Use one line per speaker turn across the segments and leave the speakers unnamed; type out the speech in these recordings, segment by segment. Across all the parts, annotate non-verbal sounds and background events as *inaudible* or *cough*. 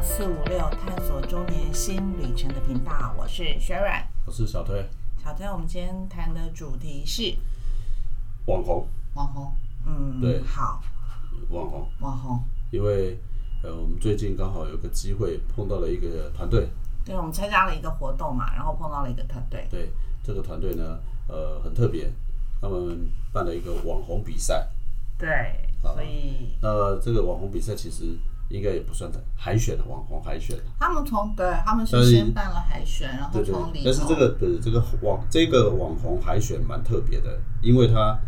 四五六探索中年新旅程的频道，我是雪软。
我是小推
小推，我们今天谈的主题是
网红，
网红，
嗯，
对
好，
网红，
网红，
因为呃，我们最近刚好有个机会碰到了一个团队，
对我们参加了一个活动嘛，然后碰到了一个团队，
对这个团队呢，呃，很特别，他们办了一个网红比赛。
对，
好
所以
那这个网红比赛其实应该也不算海选的网红海选，
他们从对，他们
但
是
是
先办了海选，然后
对对
从里
但是
头
这
*laughs*
个对这个网这个网红海选蛮特别的，因为它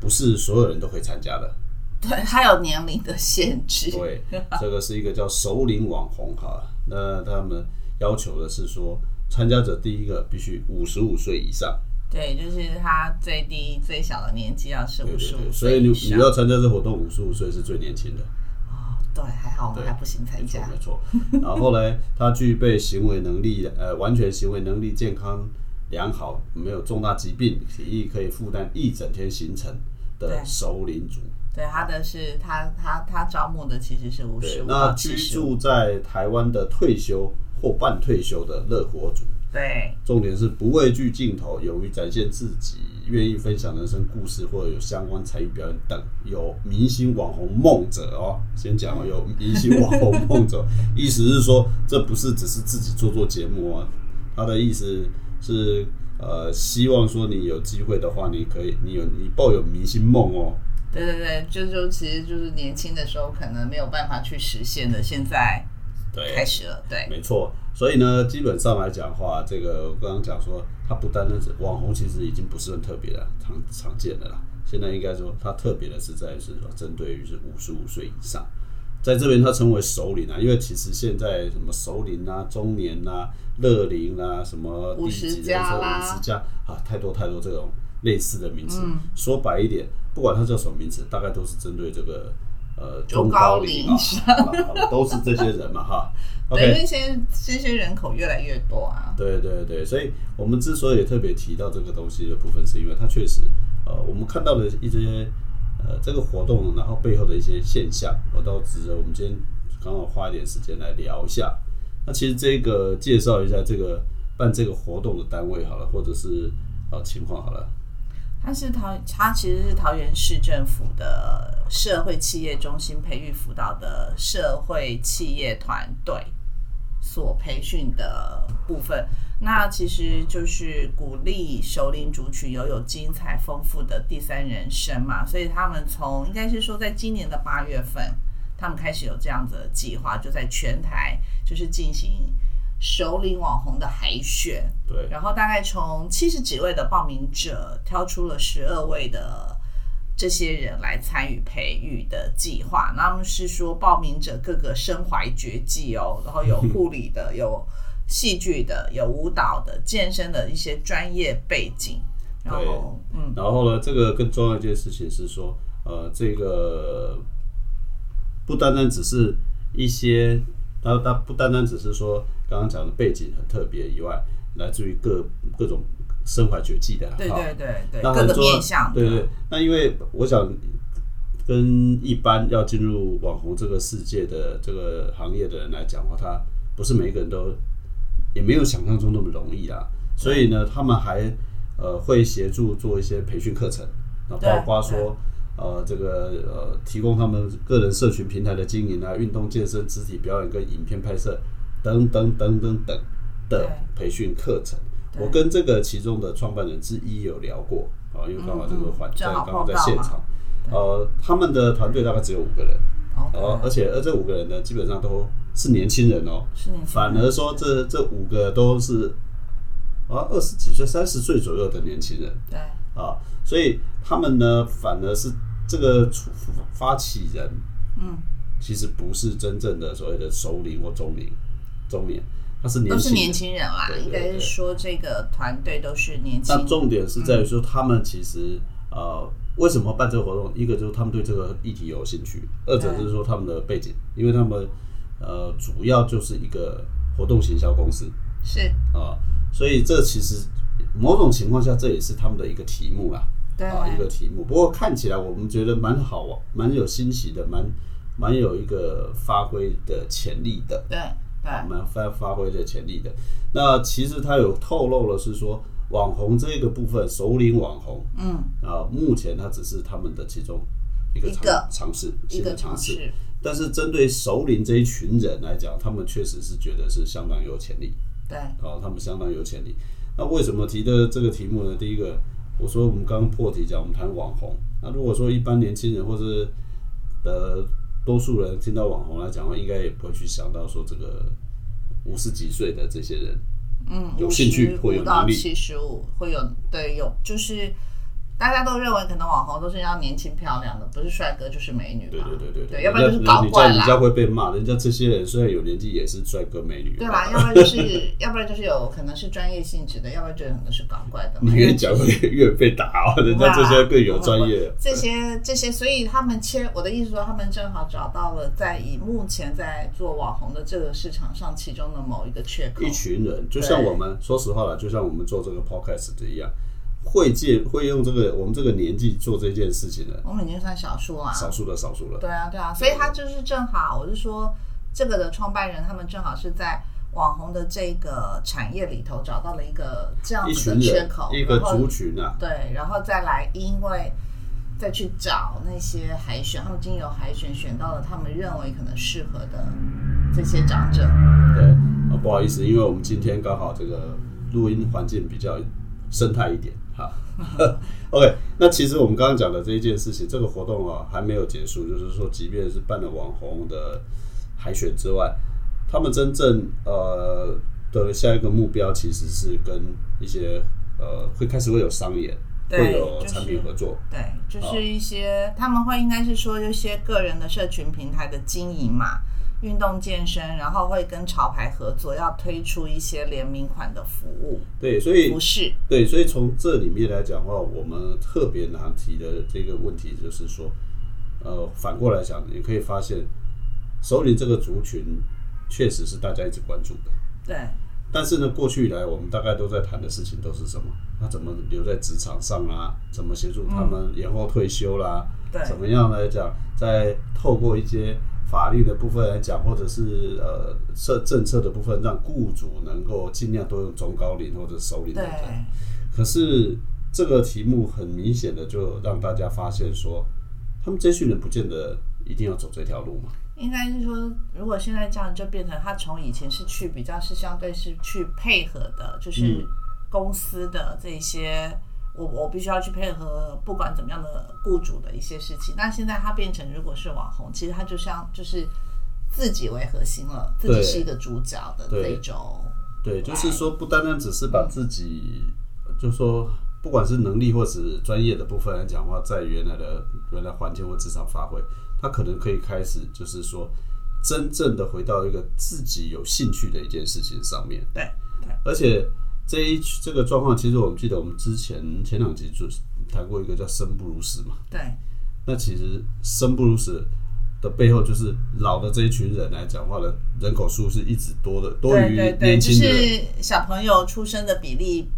不是所有人都可以参加的。
对他有年龄的限制，
*laughs*
对，这个是一个叫首领网红哈，那他们要求的是说，参加者第一个必须五十五岁以上，
对，就是他最低最小的年纪要是
对
五
对
十
对，
五
所以
岁
你
以
你
上，
要参加这活动，五十五岁是最年轻的，
哦，对，还好我们
对
还不行参
没错
加，
没错。嗯然后呢，他具备行为能力，呃，完全行为能力健康良好，没有重大疾病，体力可以负担一整天行程
对
的首领组。
对，他的是他他他招募的其实是五
对
十，五
那
到
居
七十
住在台湾的退休或半退休的乐活组。
对
重点是不畏惧镜头，勇于展现自己，愿意分享人生故事或者有相关才艺表演等。有明星网红梦者哦，先讲哦，有明星网红梦者， *laughs* 意思是说这不是只是自己做做节目啊，他的意思是呃，希望说你有机会的话，你可以，你有你抱有明星梦哦，
对对对，就就其实就是年轻的时候可能没有办法去实现的，现在
对
开始了，对
没错，所以呢，基本上来讲的话，这个我刚刚讲说，它不单单是网红，其实已经不是很特别了，常常见的啦。现在应该说，它特别的是在于是说，针对于是五十五岁以上，在这边它称为首领啊，因为其实现在什么首领啊、
嗯
中年啊、乐龄啊、什么第几
50
人
加
说
啦
五十加啊，太多太多这种类似的名词。说白一点，不管它叫什么名词，大概都是针对这个。呃，
中
中
高
高
龄
龄啊，好了好了都是这些人嘛，
*laughs*
哈。OK，
对，因为现在这些人口越来越多啊，
对对对，所以我们之所以特别提到这个东西的部分，是因为它确实，呃，我们看到的一些呃这个活动，然后背后的一些现象，我倒值得我们今天刚好花一点时间来聊一下。那其实这个介绍一下这个办这个活动的单位好了，或者是呃情况好了。
它是桃，它其实是桃园市政府的社会企业中心培育辅导的社会企业团队所培训的部分。那其实就是鼓励首领族群拥有精彩丰富的第三人生嘛，所以他们从应该是说在今年的八月份，他们开始有这样子的计划，就在全台就是进行首领网红的海选。
对，
然后大概从七十几位的报名者挑出了十二位的这些人来参与培育的计划。那他们是说报名者各个身怀绝技哦，然后有护理
*laughs*
的，有戏剧的，有舞蹈的，健身的一些专业背景。然后，嗯，
然后呢，这个更重要一件事情是说，呃，这个不单单只是一些，它它不单单只是说刚刚讲的背景很特别以外，来自于各各种身怀绝技的啊，
对对对对，
那
各
很
个
重要
面向的，
对对，那因为我想跟一般要进入网红这个世界的这个行业的人来讲的话，他不是每一个人都也没有想象中那么容易啦。所以呢，他们还呃会协助做一些培训课程，那
对
包括
对
说呃这个呃提供他们个人社群平台的经营啊、运动健身、肢体表演跟影片拍摄等等等等等的培训课程。
对
我跟这个其中的创办人之一有聊过啊，因为刚好这个环
嗯嗯
在
正好
刚好在
碰到
现
嘛
场，呃，他们的团队大概只有五个人，
哦对
呃，而且而这五个人呢，基本上都是年轻人哦，
是年轻人
反而说这这五个都是啊二十几岁、三十岁左右的年轻人
对
啊，所以他们呢，反而是这个出发起人，
嗯，
其实不是真正的所谓的首领或中领、中年，他是年
都
轻
是年
人
轻人啦，
对对
应该是
对
说这个团队都是年轻
那
人。
重点是在于说，他们其实、呃，为什么办这个活动？一个就是他们对这个议题有兴趣，二者就是说他们的背景，因为他们呃主要就是一个活动行销公司
是，
啊、所以这其实某种情况下这也是他们的一个题目啦，
对
啊、一个题目。不过看起来我们觉得蛮好玩，蛮有新奇的，蛮蛮有一个发挥的潜力的。
对对，
蛮发发挥的潜力的。那其实他有透露了，是说网红这个部分，首领网红
嗯，
啊，目前它只是他们的其中一个
一
尝
个
尝试，
一
新
个
的尝
尝
试。
试，
但是针对首领这一群人来讲，他们确实是觉得是相当有潜力，
对，
啊，他们相当有潜力。那为什么提的这个题目呢？第一个，我说我们刚刚破题讲，我们谈网红。那如果说一般年轻人或是呃多数人听到网红来讲的话，应该也不会去想到说这个五十几岁的这些人，
嗯，
有兴趣或有
五
能
到
力
七十五会有对有就是。大家都认为可能网红都是要年轻漂亮的，不是帅哥就是美女
对
嘛。
对对对
对，要不然就是搞
人家
怪
人
啦
家，会被骂，人家这些人虽然有年纪，也是帅哥美女，
对吧？要不然就是， *laughs* 要不然就是有可能是专业性质的，要不然就可能是搞怪的嘛。
你越讲会越被打哦，人家这些更有专业。
啊这些这些，所以他们切我的意思说，他们正好找到了在以目前在做网红的这个市场上其中的某一个缺口
一。群人，就像我们说实话了，就像我们做这个 podcast 的一样，会借会用这个我们这个年纪做这件事情的，
我们已经算少数啊啦。
少数的少数了。
对啊，对啊，所以他就是正好，我是说这个的创办人，他们正好是在网红的这个产业里头找到了一个这样
一
子
群
的缺
人
口，，
一个
然后
族群啊，
对，然后再来，因为再去找那些海选，他们经由海选选到了他们认为可能适合的这些长者。
对啊，不好意思，因为我们今天刚好这个录音环境比较生态一点
*laughs*
哈。OK，那其实我们刚刚讲的这一件事情，这个活动啊还没有结束，就是说，即便是办了网红的海选之外，他们真正呃的下一个目标其实是跟一些呃会开始会有商演，会
对
有
就是
产品合作，
对，就
好
是一些他们会应该是说一些个人的社群平台的经营嘛，运动健身，然后会跟潮牌合作，要推出一些联名款的服务
对，所以
服饰。
对，所以从这里面来讲的话，我们特别难提的这个问题就是说，呃，反过来讲，你可以发现，首领这个族群确实是大家一直关注的。
对
但是呢，过去以来我们大概都在谈的事情都是什么？他怎么留在职场上啦、怎么协助他们延后退休啦、
对
怎么样来讲，再透过一些法律的部分来讲，或者是呃政政策的部分，让雇主能够尽量多用中高龄或者首领的
对
人。可是这个题目很明显的就让大家发现说，他们这群人不见得一定要走这条路嘛。
应该是说，如果现在这样，就变成他从以前是去比较是相对是去配合的，就是
嗯
公司的这些，我我必须要去配合，不管怎么样的雇主的一些事情。那现在他变成如果是网红，其实他就像就是自己为核心了，自己
对
是一个主角的
对
这种，
对，就是说不单单只是把自己，就说不管是能力或是专业的部分来讲的话，在原来的原来环境或职场发挥，他可能可以开始就是说，真正的回到一个自己有兴趣的一件事情上面。
对对，
而且这一这个状况，其实我们记得我们之前前两集就谈过一个叫生不如死嘛。
对
那其实生不如死的背后，就是老的这一群人来讲话的人口数是一直多的，多
对
于
对对，
年
就
轻的人。
是小朋友出生的比例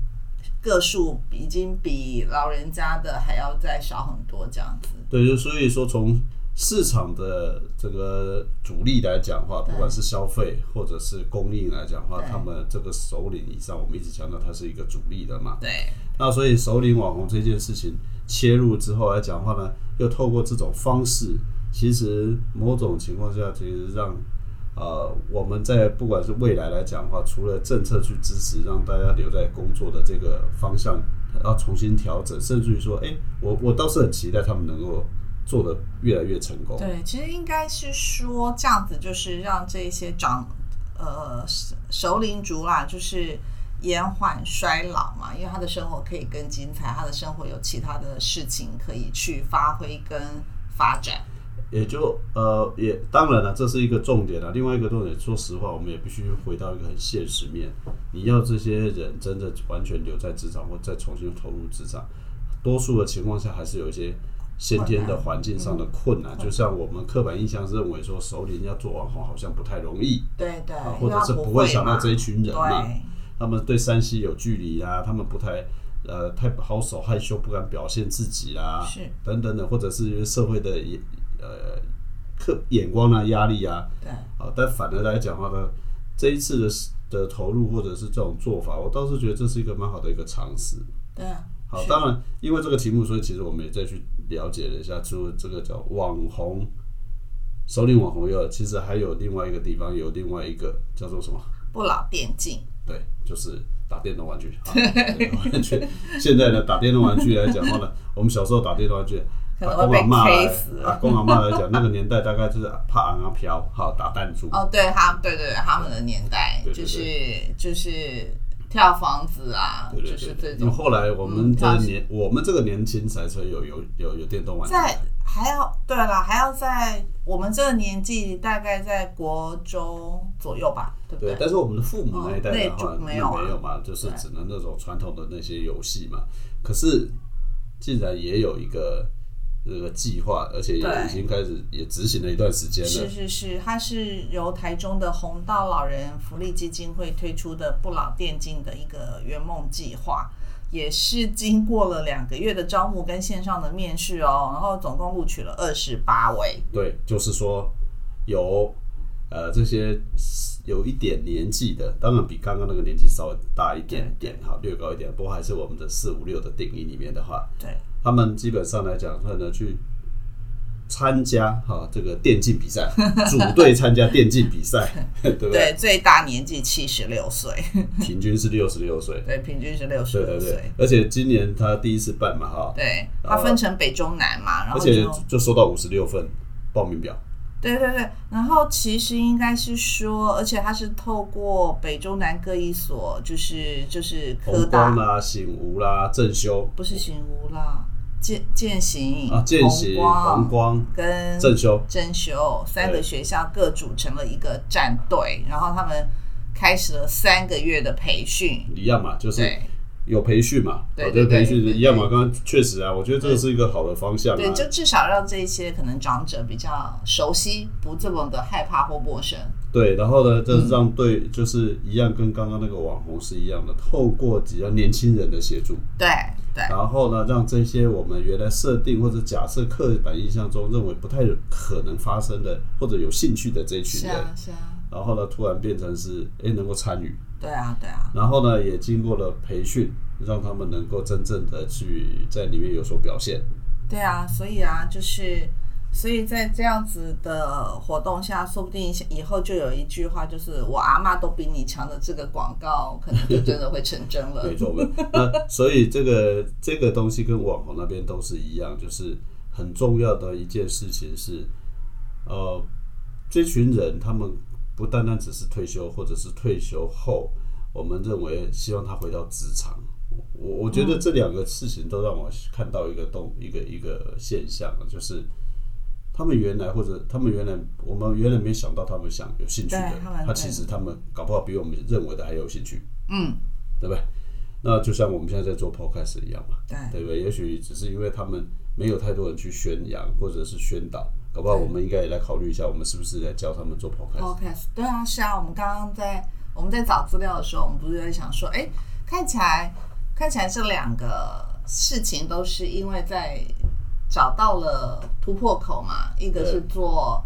个数已经比老人家的还要再少很多，这样子。
对，就所以说从市场的这个主力来讲的话，
对
不管是消费或者是供应来讲的话，
对
他们这个首领以上，我们一直强调它是一个主力的嘛。
对，
那所以首领网红这件事情切入之后来讲的话呢，又透过这种方式，其实某种情况下，其实让呃我们在不管是未来来讲的话，除了政策去支持让大家留在工作的这个方向要重新调整，甚至于说，哎、我我倒是很期待他们能够做的越来越成功。
对，
其实应该是说这样子，就是让这些长呃熟熟龄族啦，就是延缓衰老嘛，因为他的生活可以更精彩，他的生活有其他的事情可以去发挥跟发展。
也就呃，也当然了，这是一个重点了。啊另外一个重点，说实话，我们也必须回到一个很现实面。你要这些人真的完全留在职场，或再重新投入职场，多数的情况下还是有一些先天的环境上的困难。就像我们刻板印象认为说，首领要做网红好像不太容易，
对对，
啊
因
或
为
者
他
是不
哎不
会想到
嘛
这一群人嘛，
对
他们对山西有距离啦，他们不太呃太好手害羞，不敢表现自己啦，啊
是
等等的，或者是社会的也呃客眼光啊、压力啊，
对，
好，但反而来讲的话呢，这一次的的投入或者是这种做法，我倒是觉得这是一个蛮好的一个尝试。
对啊，
好，
是
当然，因为这个题目，所以其实我们也再去了解了一下，除了这个叫网红首领网红以外，其实还有另外一个地方，有另外一个叫做什么？
不老电竞，
对，就是打电动玩具。啊打电动玩具。 *laughs* 现在呢，打电动玩具来讲的话呢， *laughs* 我们小时候打电动玩具，
可
阿
能会被
公阿妈
K
来
死，
阿公阿妈来讲，那个年代大概就是怕昂昂啊飘，好打弹珠。
哦，对他，对对对，他们的年代
对对
就
对
是就是跳房子啊，
对对
就是
对，
这
因
种，
为后来我
嗯
们的
跳
年，我们这个年轻才才有有有有电动玩具。
在还要对啦，还要在我们这个年纪，大概在国中左右吧，对不
对，但是我们的父母那一代
哦
的话，
那就
那
没有啊
没有嘛，就是
对
只能那种传统的那些游戏嘛。可是，竟然也有一个这个计划，而且也
对
已经开始也执行了一段时间
是
了。
是是，它是由台中的红道老人福利基金会推出的不老电竞的一个圆梦计划，也是经过了两个月的招募跟线上的面试哦，然后总共录取了二十八位，
对，就是说有呃这些有一点年纪的，当然比刚刚那个年纪稍微大一点点，好略高一点，不过还是我们的四五六的定义里面的话，
对，
他们基本上来讲的话呢，去参加哈这个电竞比
*laughs*
赛，组队参加电竞比赛， *laughs* 对不对？
对，最大年纪七十六岁，
平均是六十六岁，
对，平均是六十
对
六
对对
岁，，
而且今年他第一次办嘛哈，
对，它分成北中南嘛，然
而
后
且
就
就收到五十六份报名表，
对对对，然后其实应该是说，而且它是透过北中南各一所，就是就是科
红
大
光啦、醒吾啦、正修
不是行无啦，践践行
啊、践行、
红光
红光、
跟
正修，
真修三个
对
学校各组成了一个战队，然后他们开始了三个月的培训。
一样嘛，就是
对
有培训嘛，
对
我觉得
对对
培训
对
一样嘛。刚刚确实啊，我觉得这个
对
是一个好的方向
对，
啊。
就至少让这些可能长者比较熟悉，不这么的害怕或陌生。
对，然后呢，这让
嗯
对就是一样，跟刚刚那个网红是一样的，透过几个年轻人的协助，
对对
然后呢，让这些我们原来设定或者假设刻板印象中认为不太可能发生的，或者有兴趣的这一群
是
人，
啊是啊，
然后呢，突然变成是哎能够参与，
对啊对啊，
然后呢，也经过了培训，让他们能够真正的去在里面有所表现。
对啊，所以啊，就是，所以在这样子的活动下，说不定以后就有一句话，就是“我阿嬷都比你强”的这个广告，可能就真的会成真了
没。错，没错那所以这个这个东西跟网红那边都是一样，就是很重要的一件事情是，呃，这群人他们不单单只是退休，或者是退休后，我们认为希望他回到职场。我我觉得这两个事情都让我看到一个动一个一个现象，就是他们原来或者他们原来我们原来没想到他们想有兴趣的
对他们，
他其实他们搞不好比我们认为的还有兴趣。
嗯，
对不对？那就像我们现在在做 podcast 一样嘛，
对
对不对？也许只是因为他们没有太多人去宣扬或者是宣导，搞不好我们应该也来考虑一下，我们是不是来教他们做 podcast？
，Podcast，对啊，是啊，我们刚刚在我们在找资料的时候，我们不是在想说，哎，看起来看起来这两个事情都是因为在找到了突破口嘛，一个是
对
做。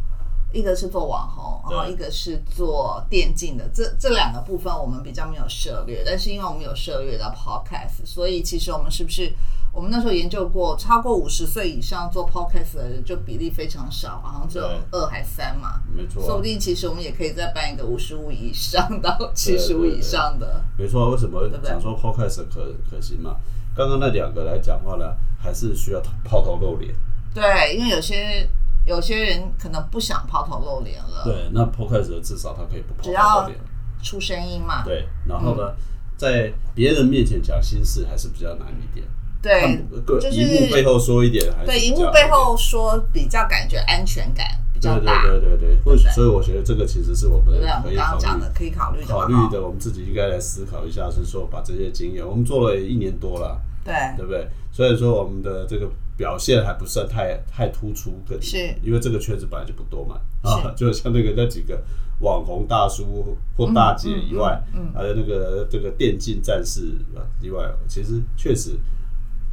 一个是做网红，然后
对
一个是做电竞的，这这两个部分我们比较没有涉猎，但是因为我们有涉猎到 podcast，所以其实我们是不是我们那时候研究过，超过五十岁以上做 podcast 的人就比例非常少，好像只有
对
二还三嘛，
没错
说
啊
不，定其实我们也可以再办一个五十五以上到七十五以上的，
没错啊。为什么
对不对
讲说 podcast 可可行嘛？刚刚那两个来讲话呢，还是需要抛头露脸。
对，因为有些有些人可能不想抛头露脸了，
对，那 podcast 至少他可以不抛
呃只要
头露脸。
出声音嘛，
对，然后呢，在别人面前讲心事还是比较难一点。看
对，
不
就是
荧幕背后说一点，还是
对，
比
荧
较
幕
好一
背
点
后说比较感觉安全感比较
对
大，
对对对对，或
对
许
不对
所以我觉得这个其实是我们
对不对？我
可
们
以
刚
考
刚
虑
讲的哦可以考虑
考虑
嘛
的，我们自己应该来思考一下，是说把这些经验，我们做了一年多了，
对
对不对？虽然说我们的这个表现还不算太太突出，跟
是
因为这个圈子本来就不多嘛，啊， *laughs* 就像那个那几个网红大叔或大姐以外，
嗯
还有那个这个电竞战士以外，其实确实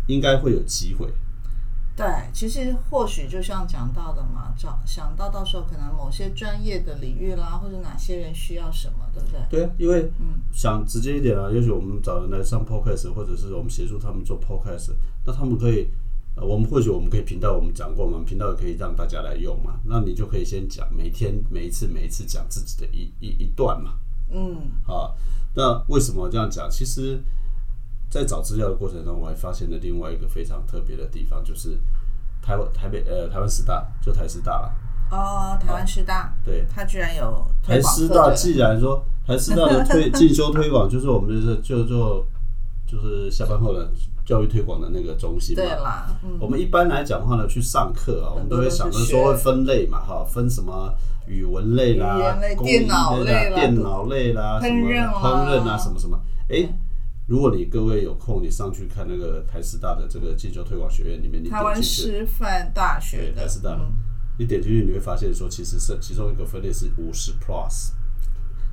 应该会有机会。
对，其实或许就像讲到的嘛，找想到到时候可能某些专业的领域啦，或者哪些人需要什么，对不对？
对啊，因为想直接一点啊，也许我们找人来上 podcast，或者是我们协助他们做 podcast，那他们可以，呃，我们或许我们可以频道我们讲过嘛，频道也可以让大家来用嘛，那你就可以先讲每天每一次每一次讲自己的一一一段嘛，嗯，啊，那为什么这样讲？其实，在找资料的过程中，我还发现了另外一个非常特别的地方，就是台湾台北呃台湾师大就台师大啦，
哦，台湾师大，
对，
他居然有推
台
广
师
课
大
的
既然说台师大
*laughs*
的推进修推广，就是我们就是就就就是下班后的教育推广的那个中心嘛
对。啦，嗯，
我们一般来讲的话呢，去上课啊，我们
很
都
多
会
都是
想着
学
说会分类嘛，哈，分什么语文类
语
啦
言类、
工艺
电脑
类
类
啦、
啦
电脑类啦、什
烹
么
饪啦
烹饪啊，什么什么。哎，如果你各位有空，你上去看那个台师大的这个进修推广学院里面，你
台
点
湾
进去，
师范大学
对，
的
台师大的
嗯，
你点进去你会发现说，其实是其中一个分类是五十 plus。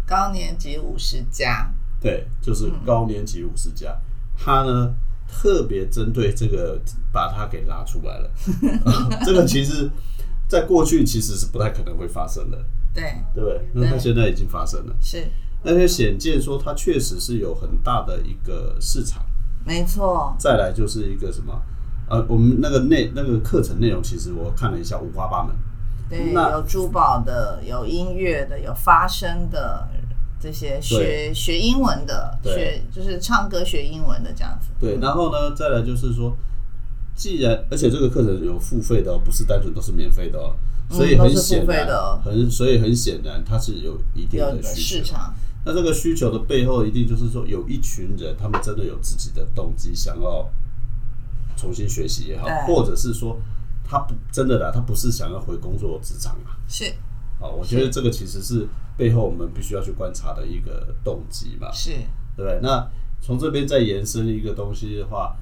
高年级五十加，
对，就是高年级五十加，他呢特别针对这个把它给拉出来了， *laughs* 这个其实在过去其实是不太可能会发生的，
对，
对不对？那它现在已经发生了，
是
而且显见说它确实是有很大的一个市场。
没错，
再来就是一个什么，呃，我们那个内那个课程内容，其实我看了一下，五花八门。
对，
那
有珠宝的，有音乐的，有发声的，这些学学英文的，
对
学就是唱歌学英文的这样子，
对，然后呢，再来就是说，既然而且这个课程有付费的哦，不是单纯都是免费的哦，
嗯
所以很
都是付
显
费
然，
的哦
很所以很显然它是有一定
有一
的
个
需
市
求。
场，
那这个需求的背后，一定就是说有一群人，他们真的有自己的动机，想要重新学习也好，
对
或者是说他不真的啦，他不是想要回工作职场啊。
是
啊，我觉得这个其实是背后我们必须要去观察的一个动机嘛。
是，
对不对？那从这边再延伸一个东西的话，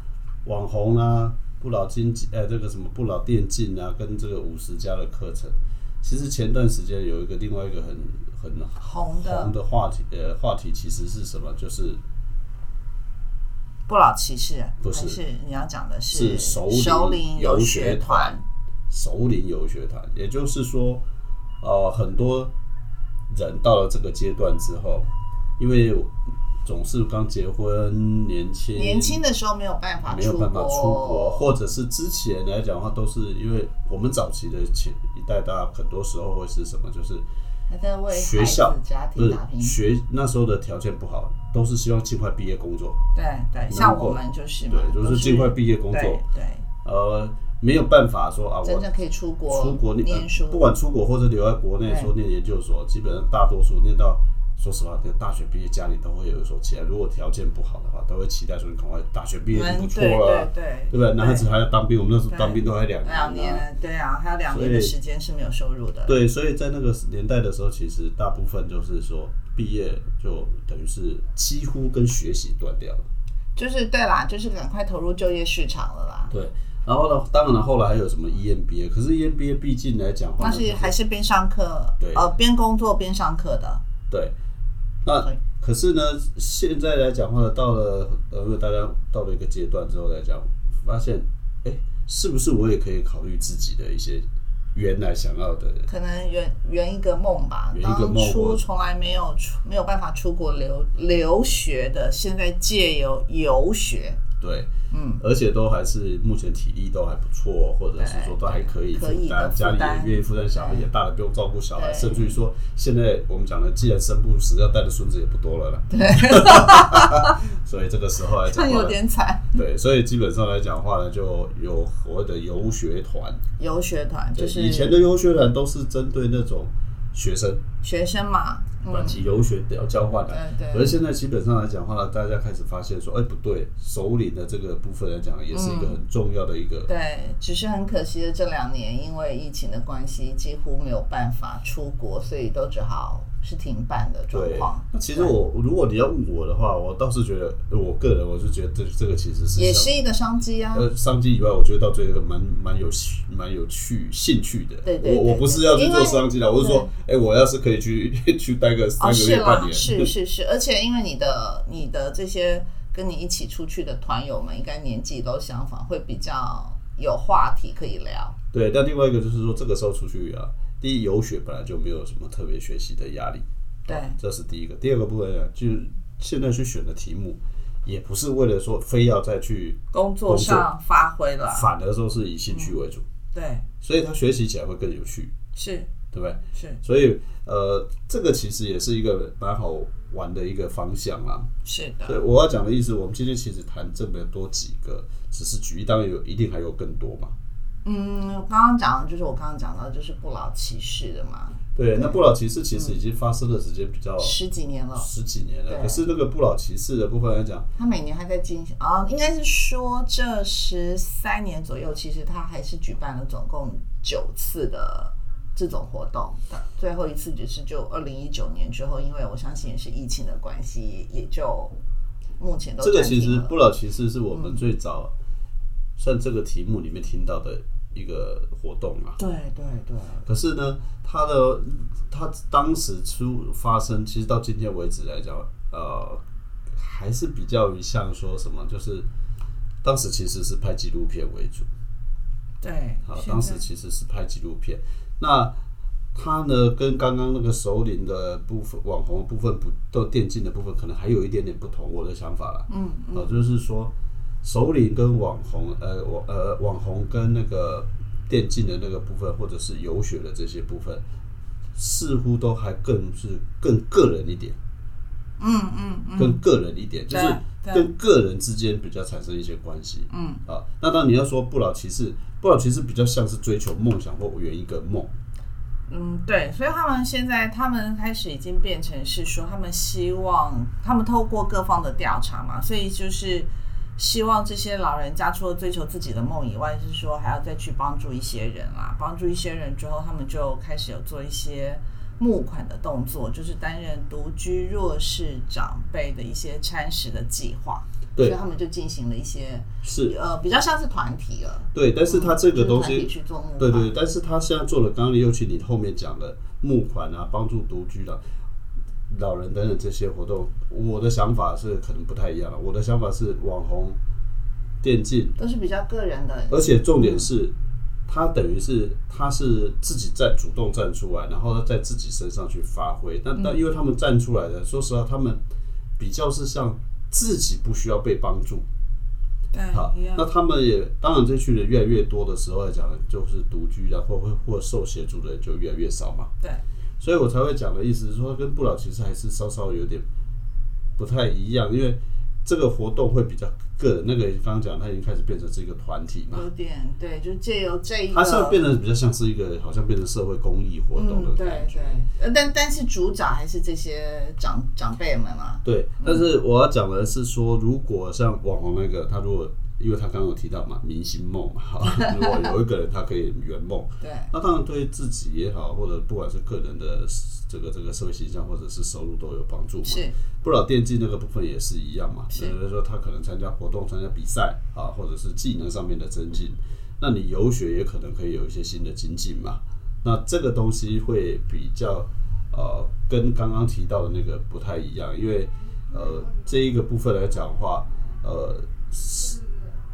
网红啊，不老经济，呃，这个什么不老电竞啊，跟这个五十加的课程，其实前段时间有一个另外一个很很
红的
红的话题，呃，话题其实是什么？就是
不老骑士，
不是
还是你要讲的
是首领
首领
游
游
学
学
团，首领游学团，也就是说，呃，很多人到了这个阶段之后，因为总是刚结婚，年轻，
年轻的时候没有办法
没有
出
办法出国，
国，
或者是之前来讲的话，都是因为我们早期的前一代，大家很多时候会是什么，就是
还在为
学
孩
校
子家
不
庭
是
打拼，
学那时候的条件不好，都是希望尽快毕业工作，
对对，
能
像
够
我们就是嘛，
对，就
都
是
是
尽快毕业工
对
作，
对，
呃，没有办法说啊，
真
我
正可以出国
出国
念
呃
书，
不管出国或者留在国内
对
说念研究所，基本上大多数念到。说实话，这大学毕业家里都会有所期待。如果条件不好的话，都会期待说你赶快大学毕业就不
嗯
错
对
了啊
对，对，
对不对？男孩子还要当兵，我们那时候
对
当兵都还两年、啊。
两年，对啊，还有两
所以
年的时间是没有收入的。
对，所以在那个年代的时候，其实大部分就是说毕业就等于是几乎跟学习断掉了。
就是对啦，就是赶快投入就业市场了啦。
对，然后呢，当然了，后来还有什么 E EMBA，可是 EMBA 毕竟来讲的话
那
呢，
是还是边上课
对，
呃，边工作边上课的。
对，那可是呢，现在来讲话呢，到了呃，如果大家到了一个阶段之后来讲，发现哎，是不是我也可以考虑自己的一些原来想要的
可能圆圆一个梦吧
圆，一个
当
梦啊
初
我
从来没有出没有办法出国留留学的，现在借由游学，
对，嗯，而且都还是目前体力都还不错，或者是说都还可以负
可以的
担，
负
家里
担
也愿意负担，小孩也大了不用照顾小孩，
对
甚至于说现在我们讲的，既然生不如死，要带的孙子也不多了啦。对， *laughs* 所以这个时候来
这
讲话
有
呢，
点惨。
对，所以基本上来讲话呢，就有所谓的游学团，
游学团
对
就是
以前的游学团都是针对那种学生
学生嘛，
短
嗯，
期游学要交换的。
对
而
对，
现在基本上来讲话呢，大家开始发现说，哎、不对，首领的这个部分来讲，也是一个
嗯
很重要的一个
对，只是很可惜的，这两年因为疫情的关系，几乎没有办法出国，所以都只好是停办的状
对
况。，
那其实我如果你要问我的话，我倒是觉得，呃我个人我是觉得这这个其实是
也
相
是一个商机啊。
呃商机以外，我觉得到最后蛮蛮有趣蛮有趣兴趣的。
对对对
我我不是要去做商机的，我是说，哎，我要是可以去 *laughs* 去待个
哦，
三个
是
月半
啦，
年，
是是是，而且因为你的你的这些跟你一起出去的团友们，应该年纪都相仿，会比较有话题可以聊。
对，但另外一个就是说，这个时候出去啊，第一游学本来就没有什么特别学习的压力，
对，
这是第一个。第二个部分啊，就是现在去选的题目，也不是为了说非要再去，
工作上发挥了，
反而说是以兴趣为主，
对，
所以他学习起来会更有趣，
是
对不对？
是
所以呃，这个其实也是一个蛮好玩的一个方向啦。
是的，
对，我要讲的意思，我们今天其实谈这么多几个，只是举一，当然有一定还有更多嘛。
嗯，我刚刚讲的就是我刚刚讲到的就是不老骑士的嘛，
对，那不老骑士其实已经发生的时间比较
十几年了，
十几年了，
对
可是那个不老骑士的部分来讲，
他每年还在进行啊、应该是说这十三年左右，其实他还是举办了总共九次的这种活动，最后一次只是就二零一九年之后，因为我相信也是疫情的关系，也就目前都
这个
暂停
其实
了嗯
不老骑士是我们最早算这个题目里面听到的一个活动啊。
对对对，
可是呢，它的它当时出发生，其实到今天为止来讲，呃，还是比较于像说什么，就是当时其实是拍纪录片为主，
对，
啊，
现
当时
在
其实是拍纪录片。那它呢，跟刚刚那个首领的部分、网红的部分不都电竞的部分，可能还有一点点不同，我的想法啦。嗯，啊、就是说首领跟网红，呃，网呃网红跟那个电竞的那个部分，或者是游学的这些部分，似乎都还更是更个人一点。
嗯嗯嗯，
更个人一点，就
对
是
对
跟个人之间比较产生一些关系。
嗯，
啊，那当然你要说不老骑士，不老骑士比较像是追求梦想或圆一个梦。
嗯，对，所以他们现在他们开始已经变成是说，他们希望他们透过各方的调查嘛，所以就是希望这些老人家除了追求自己的梦以外，就是说还要再去帮助一些人啦，帮助一些人之后，他们就开始有做一些募款的动作，就是担任独居弱势长辈的一些餐食的计划，
对
所以他们就进行了一些
是
呃比较像是团体了，
对，但是他这个
嗯就是
东
团体
西，
去做募款，
对对，但是他现在做了，刚刚尤其你后面讲的募款啊，帮助独居的老人等等这些活动，我的想法是可能不太一样了。我的想法是网红、电竞，
都是比较个人的
而且重点是，他等于是他是自己站主动站出来，然后他在自己身上去发挥。那那因为他们站出来的，说实话，他们比较是像自己不需要被帮助。好
对一样，
那他们也当然这群人越来越多的时候来讲，就是独居然后会或受协助的人就越来越少嘛。
对。
所以我才会讲的意思是说，跟不老其实还是稍稍有点不太一样，因为这个活动会比较个人。那个刚刚讲，他已经开始变成是一个团体嘛。
有点对，就借由这一个，
它啊是变得比较像是一个，好像变成社会公益活
嗯，
动的
对
感觉。
对，呃但但是主角还是这些长长辈们啊嘛，
对，但是我要讲的是说，如果像网红那个，他如果因为他刚刚有提到嘛，明星梦嘛，
*laughs*
哈，如果有一个人他可以圆梦，
对
那当然对自己也好，或者不管是个人的这个这个社会形象或者是收入都有帮助嘛。
是，
不老电竞那个部分也是一样嘛，
是
所以说他可能参加活动、参加比赛啊，或者是技能上面的增进。那你游学也可能可以有一些新的精进嘛。那这个东西会比较呃，跟刚刚提到的那个不太一样，因为呃这一个部分来讲的话，呃是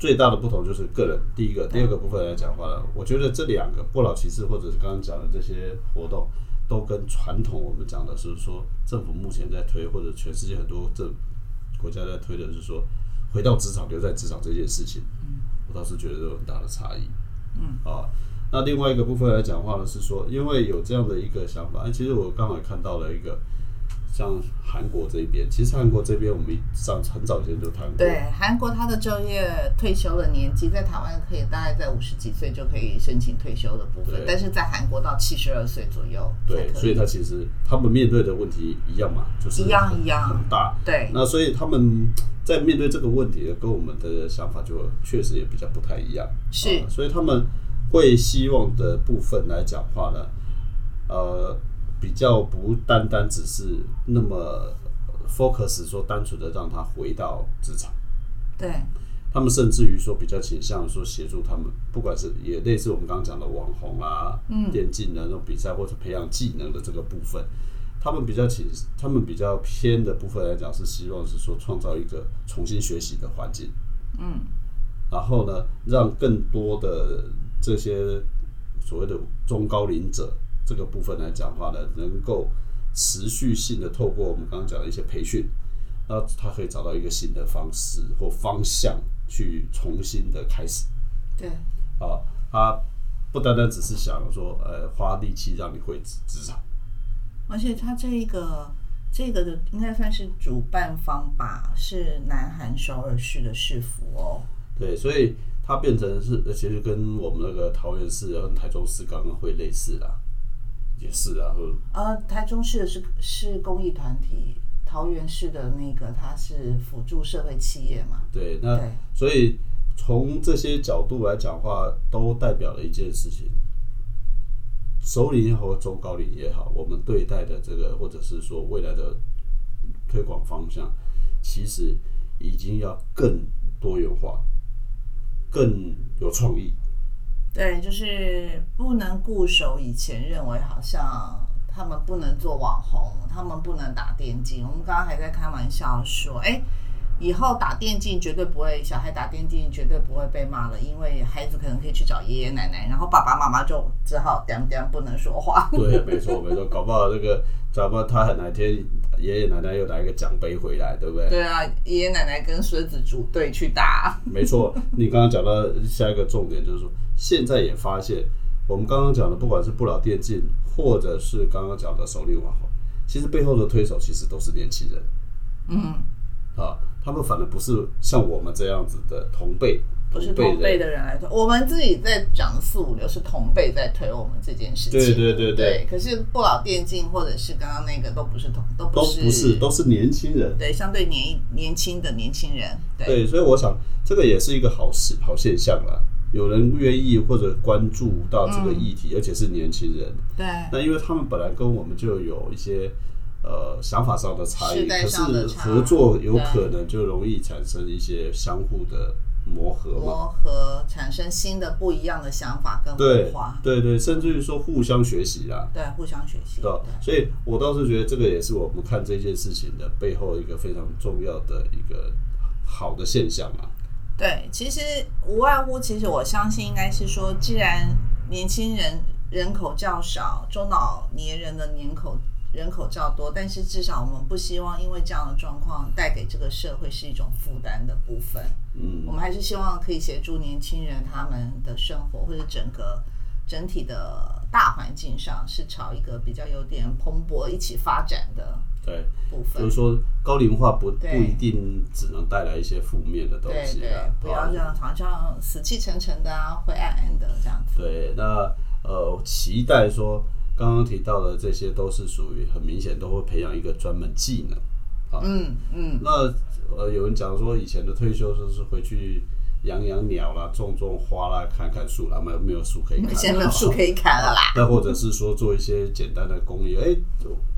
最大的不同就是个人，第一个，第二个部分来讲的话呢，我觉得这两个不老骑士或者是刚刚讲的这些活动，都跟传统我们讲的是说，政府目前在推，或者全世界很多政国家在推的是说，回到职场留在职场这件事情，
嗯
我倒是觉得有很大的差异。嗯，啊，那另外一个部分来讲的话呢，是说，因为有这样的一个想法，哎，其实我刚好也看到了一个。像韩国这边，其实韩国这边我们上很早以前就谈过，
对，韩国他的就业退休的年纪，在台湾可以大概在五十几岁就可以申请退休的部分
对，
但是在韩国到七十二岁左右才
对，
可
所以他其实他们面对的问题一样嘛，就是
一样
很
一样
很大。
对
那所以他们在面对这个问题，跟我们的想法就确实也比较不太一样。
是
啊所以他们会希望的部分来讲话呢，呃，比较不单单只是那么 focus 说单纯的让他回到职场。
对
他们甚至于说比较倾向说协助他们，不管是也类似我们刚刚讲的网红啊、嗯、电竞的那种比赛，或者培养技能的这个部分，他们比较倾，他们比较偏的部分来讲是希望是说创造一个重新学习的环境。嗯，然后呢，让更多的这些所谓的中高龄者这个部分来讲话呢，能够持续性的透过我们刚刚讲的一些培训，那他可以找到一个新的方式或方向去重新的开始。
对，
啊，他不单单只是想说，呃，花力气让你回职职场，
而且他这一个这个的应该算是主办方吧，是南韩首尔市的市府哦。
对，所以它变成是，呃其实跟我们那个桃园市跟台中市刚刚会类似啦，也是啊，或
呃，台中市的是是公益团体，桃园市的那个它是辅助社会企业嘛。
对，那
对
所以从这些角度来讲话，都代表了一件事情：首领也好，中高龄也好，我们对待的这个，或者是说未来的推广方向，其实已经要更多元化，更有创意。
对，就是不能固守以前认为好像他们不能做网红，他们不能打电竞。我们刚刚还在开玩笑说，哎，以后打电竞绝对不会，小孩打电竞绝对不会被骂了，因为孩子可能可以去找爷爷奶奶，然后爸爸妈妈就只好点点不能说话。
对，啊没错 *laughs* 没错，搞不好这个，搞不好他哪天爷爷奶奶又拿一个奖杯回来，对不对？
对啊，爷爷奶奶跟孙子组队去打。
*laughs* 没错，你刚刚讲到下一个重点就是说，现在也发现，我们刚刚讲的，不管是不老电竞，或者是刚刚讲的手里网红，其实背后的推手其实都是年轻人
嗯，
啊，他们反而不是像我们这样子的同辈，
不是
辈
同辈
人。
的人来推，我们自己在讲四五六是同辈在推我们这件事情。
对对对对，
对，可是不老电竞或者是刚刚那个都不是同，都
都
不是，
不是，都是年轻人。
对相对年一年轻的年轻人，对，
对，所以我想这个也是一个好事、好现象啦。有人愿意或者关注到这个议题，而且是年轻人。
对
那因为他们本来跟我们就有一些呃想法上的差异，
世代
可是
上的差
合作有可能就容易产生一些相互的磨合嘛。
磨合产生新的不一样的想法跟
对
文化，
对对，甚至于说互相学习啦。
对，互相学习，
对吧，所以我倒是觉得这个也是我们看这件事情的背后一个非常重要的一个好的现象啊。
对，其实无外乎，其实我相信应该是说，既然年轻人人口较少，中老年人的年口人口较多，但是至少我们不希望因为这样的状况带给这个社会是一种负担的部分。
嗯
我，们还是希望可以协助年轻人他们的生活或者整个整体的大环境上是朝一个比较有点蓬勃一起发展的
对。
部
就
分。
是说高龄化不不
对
一定只能带来一些负面的东
对
西啊
对，，不要这样，好像死气沉沉的啊，灰暗暗的这样子。
对，那呃，期待说刚刚提到的这些都是属于很明显都会培养一个专门技能。
嗯嗯，
那呃，有人讲说以前的退休就是回去养养鸟啦、种种花啦、砍砍树啦，没有没有树可以砍，
现在没有树可以砍了啦。
那或者是说做一些简单的工艺，哎、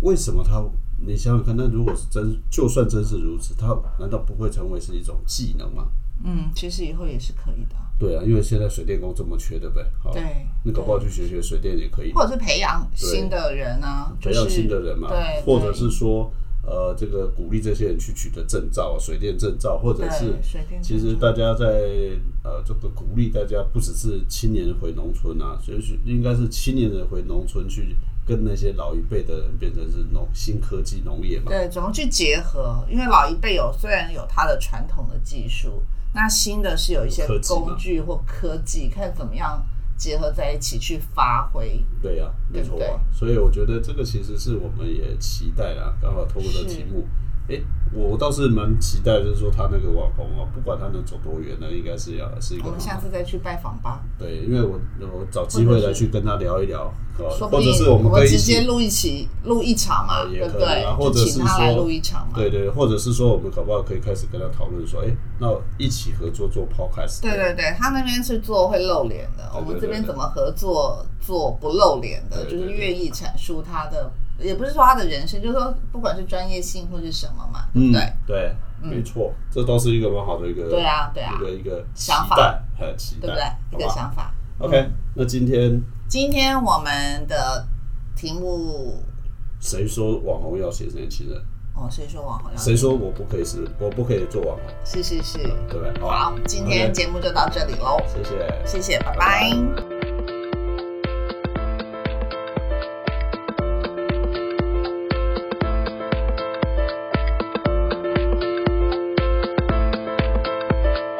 为什么他？你想想看，那如果是真，就算真是如此，他难道不会成为是一种技能吗？
嗯，其实以后也是可以的。
对啊，因为现在水电工这么缺，对不对？好，
对，
那搞不好去学学水电也可以，
或者是培养新的人啊，
培
就
养
是
新的人嘛，
对，
或者
对
是说，呃，这个鼓励这些人去取得证照啊，水电证照，或者
对
是
水电
其实
工
大家在呃这个鼓励大家，不只是青年人回农村啊，所以是应该是青年人回农村去跟那些老一辈的人变成是农新科技农业嘛，
对，怎么去结合？因为老一辈有虽然有他的传统的技术，那新的是有一些
科技嘛
工具或科技，看怎么样结合在一起去发挥。
对呀、没
对不
错
对
啊。所以我觉得这个其实是我们也期待啦，刚好透过这题目，诶，我倒是蛮期待，就是说他那个网红哦，不管他能走多远呢，应该是要是一个
我们下次再去拜访吧，
对，因为我我找机会来去跟他聊一聊，呃
说
或
不
者
定
是我们可以一
直接
起。
录一起录一场嘛，
也
对不
可以
对
啊？或
就
者是
请他来
说
录一场嘛。
对对，或者是说我们搞不好可以开始跟他讨论说，诶，那一起合作做 podcast。
对对对，他那边是做会露脸的，
对对
我们
对
这边
对
怎么合作做不露脸的，
对
就
对
是
对
愿意阐述他的，也不是说他的人生，就是说不管是专业性或是什么嘛，对
嗯
不对？
对，没错，这倒是一个蛮好的一个
对啊对啊
一个一个期
想法
待，很期待，
对不嗯对？一个
好吧
想法。
OK，那今天
今天我们的题目，
谁说网红要写年轻人？
哦，哦，谁说网红要？
谁说我不可以是，我不可以做网红，
是是是。
对不对？
好，今天
OK，
节目就到这里喽，
谢谢。
谢谢，拜拜